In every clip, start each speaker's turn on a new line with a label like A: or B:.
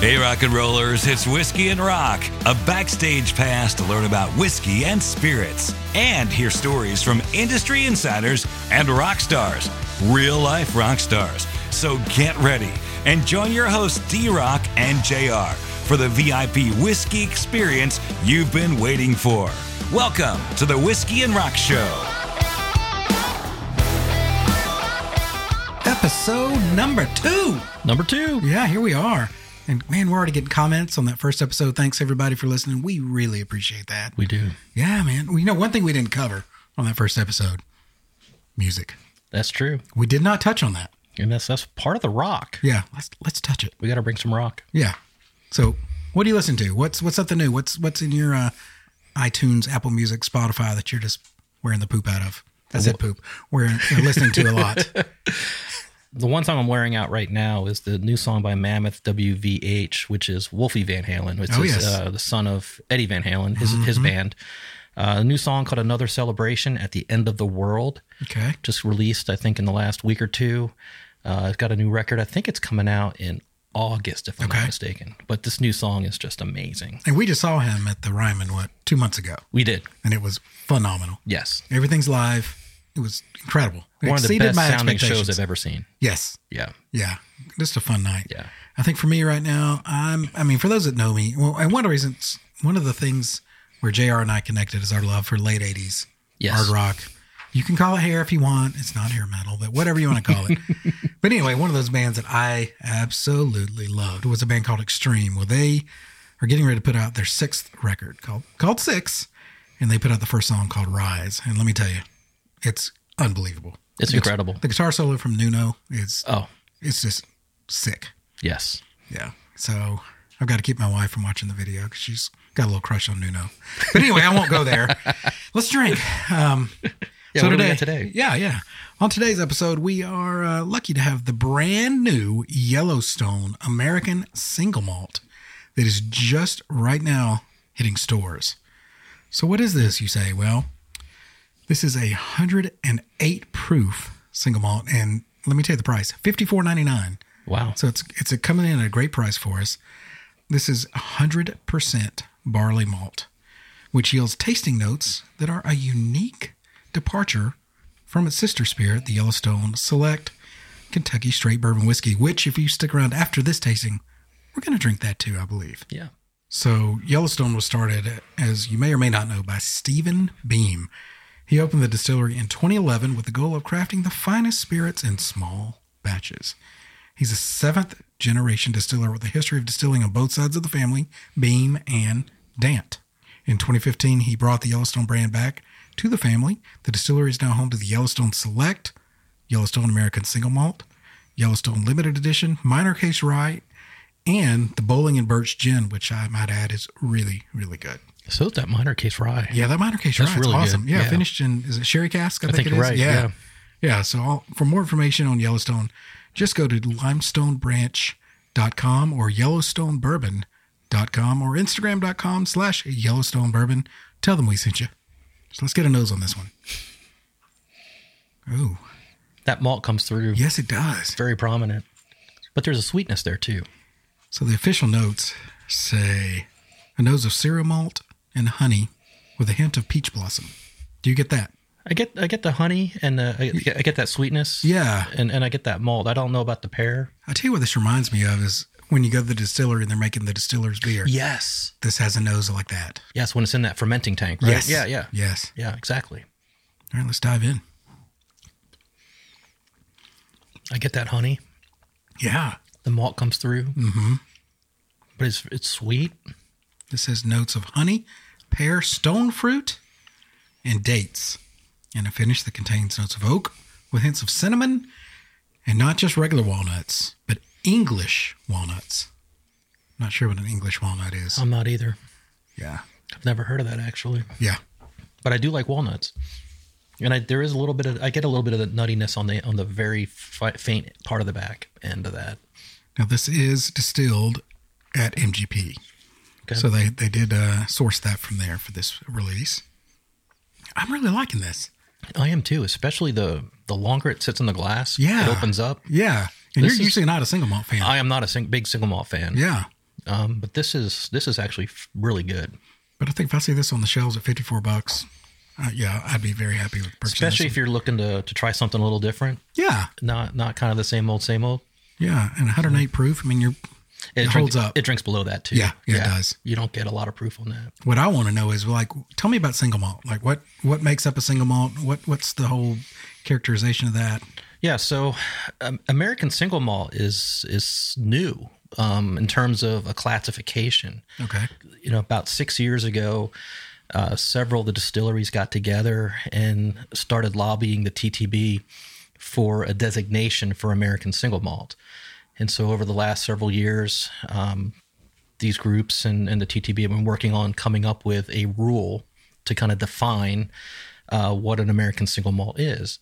A: Hey, rock and rollers, it's Whiskey and Rock, a backstage pass to learn about whiskey and spirits and hear stories from industry insiders and rock stars, real life rock stars. So get ready and join your hosts, D Rock and JR, for the VIP whiskey experience you've been waiting for. Welcome to the Whiskey and Rock Show.
B: Episode number two.
C: Number two.
B: Yeah, here we are. And man, we're already getting comments on that first episode. Thanks everybody for listening. We really appreciate that.
C: We do.
B: Yeah, man. Well, you know, one thing we didn't cover on that first episode music.
C: That's true.
B: We did not touch on that.
C: And that's that's part of the rock.
B: Yeah, let's let's touch it.
C: We got to bring some rock.
B: Yeah. So, what do you listen to? What's what's something new? What's what's in your uh, iTunes, Apple Music, Spotify that you're just wearing the poop out of? I said poop. We're uh, listening to a lot.
C: The one song I'm wearing out right now is the new song by Mammoth WVH, which is Wolfie Van Halen. It's
B: Oh,
C: his,
B: yes. Mm-hmm.
C: uh, the son of Eddie Van Halen, his his band. Uh, a new song called Another Celebration at the End of the World,
B: Okay.
C: just released, I think, in the last week or two. Uh, it's got a new record. I think it's coming out in August, if I'm
B: Okay.
C: not mistaken. But this new song is just amazing.
B: And we just saw him at the Ryman what two months ago,
C: We did.
B: and it was phenomenal.
C: Yes.
B: Everything's live. It was incredible. It
C: One of the best sounding
B: expectations.
C: shows I've ever seen.
B: Yes.
C: Yeah.
B: Yeah. Just a fun night.
C: Yeah.
B: I think for me right now, I'm, I mean, for those that know me, well, and one of the reasons, one of the things where JR and I connected is our love for late 80s
C: Yes.
B: hard rock. You can call it hair if you want. It's not hair metal, but whatever you want to call it. but anyway, one of those bands that I absolutely loved was a band called Extreme. Well, they are getting ready to put out their sixth record called called Six, and they put out the first song called Rise. And let me tell you, it's unbelievable.
C: It's
B: The guit-
C: incredible.
B: The guitar solo from Nuno is
C: Oh,
B: it's just sick.
C: yes.
B: Yeah. So I've got to keep my wife from watching the video because she's got a little crush on Nuno. But anyway, I won't go there. Let's drink. Um,
C: Yeah,
B: so
C: what do we
B: today,
C: got today?
B: yeah, yeah. On today's episode, we are uh, lucky to have the brand new Yellowstone American Single Malt that is just right now hitting stores. So, what is this? You say, well, this is a 108 proof single malt, and let me tell you the price: 54.99.
C: Wow.
B: So it's it's a coming in at a great price for us. This is 100% barley malt, which yields tasting notes that are a unique departure from its sister spirit, the Yellowstone Select Kentucky Straight Bourbon Whiskey, which if you stick around after this tasting, we're going to drink that too, I believe.
C: Yeah.
B: So Yellowstone was started, as you may or may not know, by Stephen Beam. He opened the distillery in 2011 with the goal of crafting the finest spirits in small batches. He's a seventh generation distiller with a history of distilling on both sides of the family, Beam and Dant. In 2015, he brought the Yellowstone brand back to the family. The distillery is now home to the Yellowstone Select, Yellowstone American Single Malt, Yellowstone Limited Edition, Minor Case Rye, and the Bowling and Birch Gin, which I might add is really, really good.
C: So is that minor case rye.
B: Yeah, that minor case
C: That's
B: rye,
C: really
B: it's awesome.
C: good.
B: Yeah,
C: Yeah.
B: finished in is it sherry cask? I,
C: think
B: it
C: you're
B: is.
C: right,
B: Yeah.
C: yeah.
B: Yeah, so I'll, for more information on Yellowstone, just go to limestonebranch.com or yellowstonebourbon.com or instagram.com slash yellowstonebourbon. Tell them we sent you. So let's get a nose on this one. Oh,
C: That malt comes through
B: yes, it does.
C: very prominent. But there's a sweetness there too.
B: So the official notes say a nose of cereal malt and honey with a hint of peach blossom. Do you get that?
C: I get I get the honey and uh, I, get, I get that sweetness.
B: Yeah.
C: And and I get that malt. I don't know about the pear.
B: I tell you what this reminds me of is when you go to the distillery and they're making the distiller's beer.
C: Yes.
B: This has a nose like that.
C: Yes, when it's in that fermenting tank, right? Yeah, yeah.
B: Yes.
C: Yeah, exactly.
B: All right, let's dive in.
C: I get that honey.
B: Yeah.
C: The malt comes through. Mm-hmm. But it's it's sweet.
B: This has notes of honey, pear, stone fruit, and dates. And a finish that contains notes of oak with hints of cinnamon and not just regular walnuts, but English walnuts. Not sure what an English walnut is.
C: I'm not either.
B: yeah.
C: I've never heard of that actually.
B: Yeah.
C: But I do like walnuts. And I, there is a little bit of I get a little bit of the nuttiness on the on the very fi- faint part of the back end of that.
B: Now this is distilled at MGP,
C: Okay.
B: so they they did uh, source that from there for this release. I'm really liking this.
C: I am too, especially the the longer it sits in the glass,
B: Yeah.
C: it opens up.
B: Yeah, and
C: This
B: you're
C: is-
B: usually not a single malt fan.
C: I am not a sing- big single malt fan.
B: yeah,
C: Um, but this is this is actually f- really good,
B: But I think if I see this on the shelves at 54 bucks, uh, yeah, I'd be very happy with purchasing.
C: especially if you're looking to to try something a little different,
B: you're yeah,
C: not not kind of the same old same old.
B: yeah, and 108 proof. I mean, you're It holds
C: drinks,
B: up.
C: It drinks below that too.
B: Yeah, yeah, it does.
C: You don't get a lot of proof on that.
B: what I want to know is like, tell me about single malt. Like, what what makes up a single malt? What what's the whole characterization of that?
C: Yeah, so um, American single malt is is new um, in terms of a classification.
B: Okay,
C: You know, about six years ago, uh, several of the distilleries got together and started lobbying the TTB for a designation for American single malt. And so, over the last several years, um, these groups and, and the TTB have been working on coming up with a rule to kind of define uh, what an American single malt is.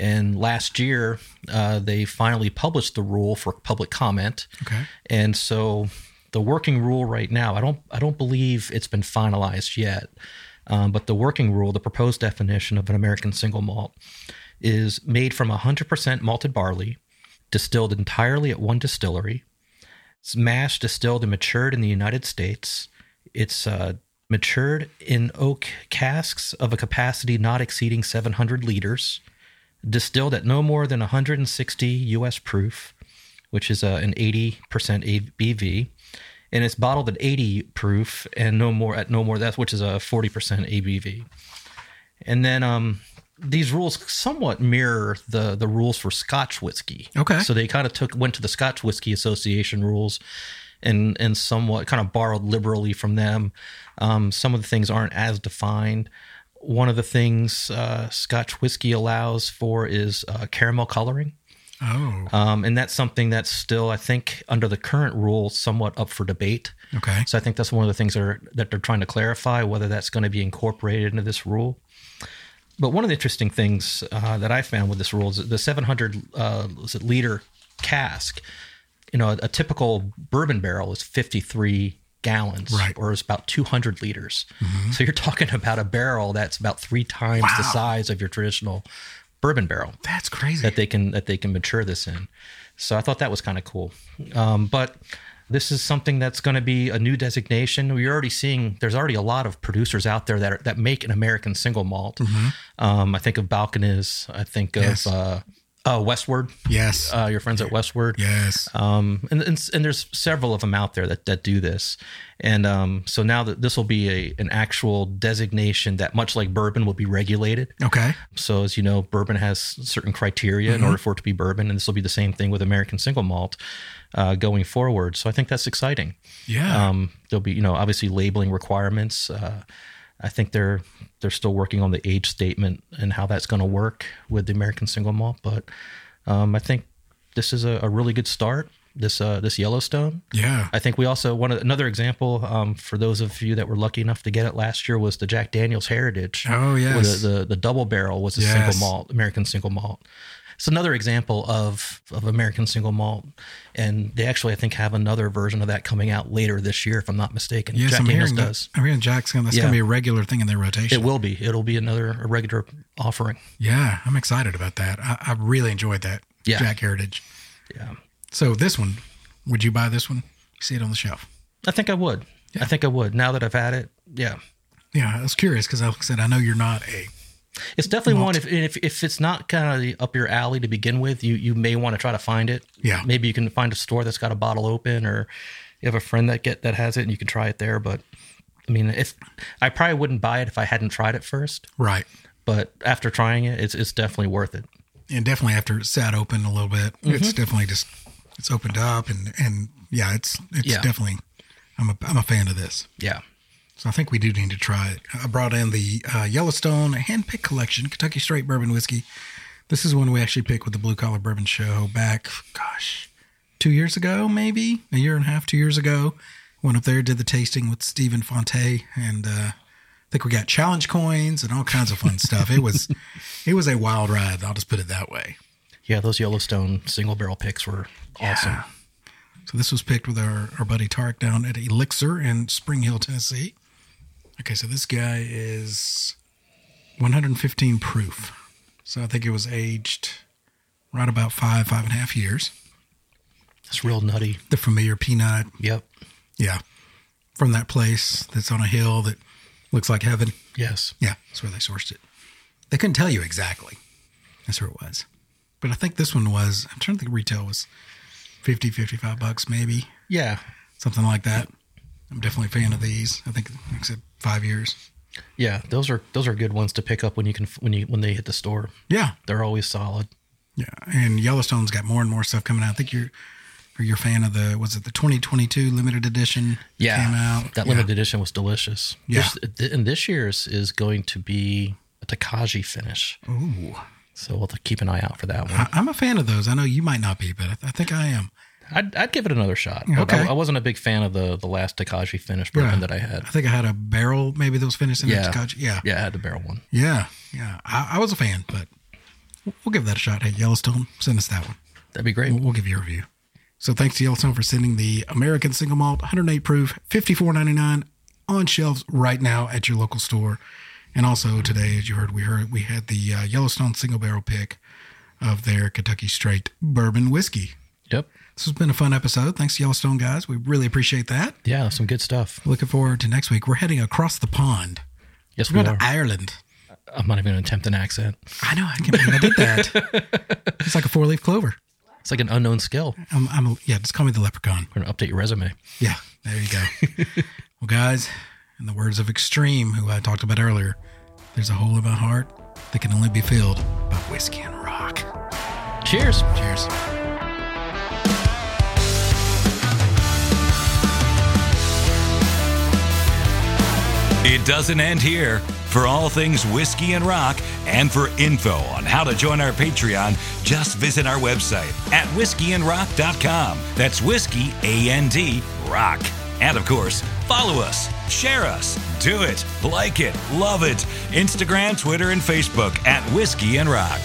C: And last year, uh, they finally published the rule for public comment.
B: Okay.
C: And so the working rule right now, I don't, I don't believe it's been finalized yet. Um, but the working rule, the proposed definition of an American single malt, is made from 100% malted barley, distilled entirely at one distillery, it's mashed, distilled, and matured in the United States. It's uh, matured in oak casks of a capacity not exceeding 700 liters, distilled at no more than 160 US proof, which is uh, an 80% ABV. And it's bottled at 80 proof and no more at no more that's which is a 40% ABV. And then um, these rules somewhat mirror the the rules for Scotch whiskey.
B: Okay.
C: So they kind of took went to the Scotch Whiskey Association rules, and and somewhat kind of borrowed liberally from them. Um, some of the things aren't as defined. One of the things uh, Scotch whiskey allows for is uh, caramel coloring,
B: oh,
C: um, and that's something that's still, I think, under the current rule, somewhat up for debate.
B: okay,
C: So I think that's one of the things that are that they're trying to clarify whether that's going to be incorporated into this rule. But one of the interesting things uh, that I found with this rule is that the 700 uh, was it liter cask. You know, a, a typical bourbon barrel is 53 gallons,
B: Right. Mm-hmm.
C: or it's about 200 liters. So you're talking about a barrel that's about three times the
B: Wow.
C: size of your traditional bourbon barrel
B: that's crazy.
C: that they can that they can mature this in. So I thought that was kind of cool. Um, but this is something that's going to be a new designation. We're already seeing there's already a lot of producers out there that are, that make an American single malt. Um, I think of Balcanes. I think of
B: Yes.
C: uh, uh, Westward.
B: yes,
C: Uh, your friends at Westward.
B: yes,
C: Um, and, and and there's several of them out there that that do this, and um, so now that this will be a an actual designation that much like bourbon will be regulated.
B: okay,
C: So, as you know, bourbon has certain criteria in order for it to be bourbon, and this will be the same thing with American single malt uh, going forward. So, I think that's exciting.
B: yeah,
C: Um, there'll be, you know, obviously labeling requirements. Uh, I think they're they're still working on the age statement and how that's going to work with the American single malt, but um, I think this is a, a really good start. This uh, this Yellowstone.
B: yeah.
C: I think we also one another example um, for those of you that were lucky enough to get it last year was the Jack Daniel's Heritage.
B: Oh,
C: where
B: yes.
C: the, the the double barrel was a
B: Yes.
C: single malt American single malt. It's another example of of American single malt, and they actually I think have another version of that coming out later this year, if I'm not mistaken.
B: Yes,
C: Jack
B: I'm
C: Daniel's
B: hearing
C: does.
B: that. I'm hearing Jackson. That's going
C: Yeah.
B: to be a regular thing in their rotation.
C: It will be. It'll be another a regular offering.
B: Yeah, I'm excited about that. I, I really enjoyed that
C: Yeah.
B: Jack Heritage.
C: Yeah.
B: So this one, would you buy this one? You see it on the shelf.
C: I think I would. I think I would. Now that I've had it, yeah.
B: Yeah, I was curious because, like I said, I know you're not a
C: It's definitely one. If, if if it's not kind of up your alley to begin with, you you may want to try to find it.
B: Yeah.
C: Maybe you can find a store that's got a bottle open, or you have a friend that get that has it, and you can try it there. But I mean, if I probably wouldn't buy it if I hadn't tried it first.
B: right,
C: But after trying it, it's it's definitely worth it.
B: and definitely after it sat open a little bit,
C: Mm-hmm.
B: it's definitely just it's opened up and and yeah, it's it's
C: Yeah.
B: definitely. I'm a I'm a fan of this,
C: Yeah.
B: so I think we do need to try it. I brought in the uh, Yellowstone Handpick Collection Kentucky Straight Bourbon Whiskey. This is one we actually picked with the Blue Collar Bourbon Show back, gosh, two years ago, maybe a year and a half, two years ago. Went up there, did the tasting with Stephen Fonte, and uh, I think we got challenge coins and all kinds of fun stuff. It was, it was a wild ride. I'll just put it that way.
C: Yeah. Those Yellowstone single barrel picks were awesome.
B: So this was picked with our, our buddy Tarek down at Elixir in Spring Hill, Tennessee. Okay, so this guy is 115 proof. So I think it was aged right about five, five and a half years.
C: It's real nutty.
B: The familiar peanut,
C: Yep.
B: Yeah. From that place that's on a hill that looks like heaven.
C: Yes.
B: Yeah, that's where they sourced it. They couldn't tell you exactly. That's where it was. But I think this one was, I'm trying to think retail was 50, 55 bucks maybe,
C: Yeah.
B: something like that. I'm definitely a fan of these. I think, like I said, five years.
C: Yeah. Those are those are good ones to pick up when you can when you when they hit the store.
B: Yeah.
C: They're always solid.
B: Yeah. And Yellowstone's got more and more stuff coming out. I think you're, or you're a fan of the, was it the 2022 limited edition?
C: Yeah.
B: Came out.
C: That
B: Yeah.
C: limited edition was delicious.
B: Yeah.
C: This, and this year's is going to be a Takaji finish.
B: Ooh.
C: So we'll have to keep an eye out for that one.
B: I, I'm a fan of those. I know you might not be, but I, th- I think I am.
C: I'd, I'd give it another shot.
B: Okay.
C: I, I wasn't a big fan of the the last Takaji finish bourbon that I had.
B: I think I had a barrel, maybe that was finished in
C: Yeah.
B: the Takachi. Yeah.
C: Yeah, I had the barrel one.
B: Yeah. Yeah. I, I was a fan, but we'll give that a shot. Hey, Yellowstone, send us that one.
C: That'd be great.
B: We'll, we'll give you a review. So thanks to Yellowstone for sending the American Single Malt 108 Proof 54.99 on shelves right now at your local store. And also today, as you heard, we heard we had the uh, Yellowstone Single Barrel pick of their Kentucky Straight Bourbon Whiskey.
C: Yep.
B: This has been a fun episode. Thanks to Yellowstone guys. We really appreciate that.
C: Yeah, some good stuff.
B: Looking forward to next week. We're heading across the pond.
C: Yes, we
B: We're going
C: are.
B: to Ireland.
C: I'm not even going to attempt an accent.
B: I know. I can't believe I did that. it's like a four leaf clover.
C: It's like an unknown skill.
B: I'm, I'm a, yeah, just call me the leprechaun.
C: We're going to update your resume.
B: Yeah, there you go. well, guys, in the words of Extreme, who I talked about earlier, there's a hole in my heart that can only be filled by whiskey and rock.
C: Cheers.
B: Cheers.
A: It doesn't end here. For all things whiskey and rock, and for info on how to join our Patreon, just visit our website at whiskeyandrock.com. That's whiskey, A N D, rock. And of course, follow us, share us, do it, like it, love it. Instagram, Twitter, and Facebook at Whiskey and Rock.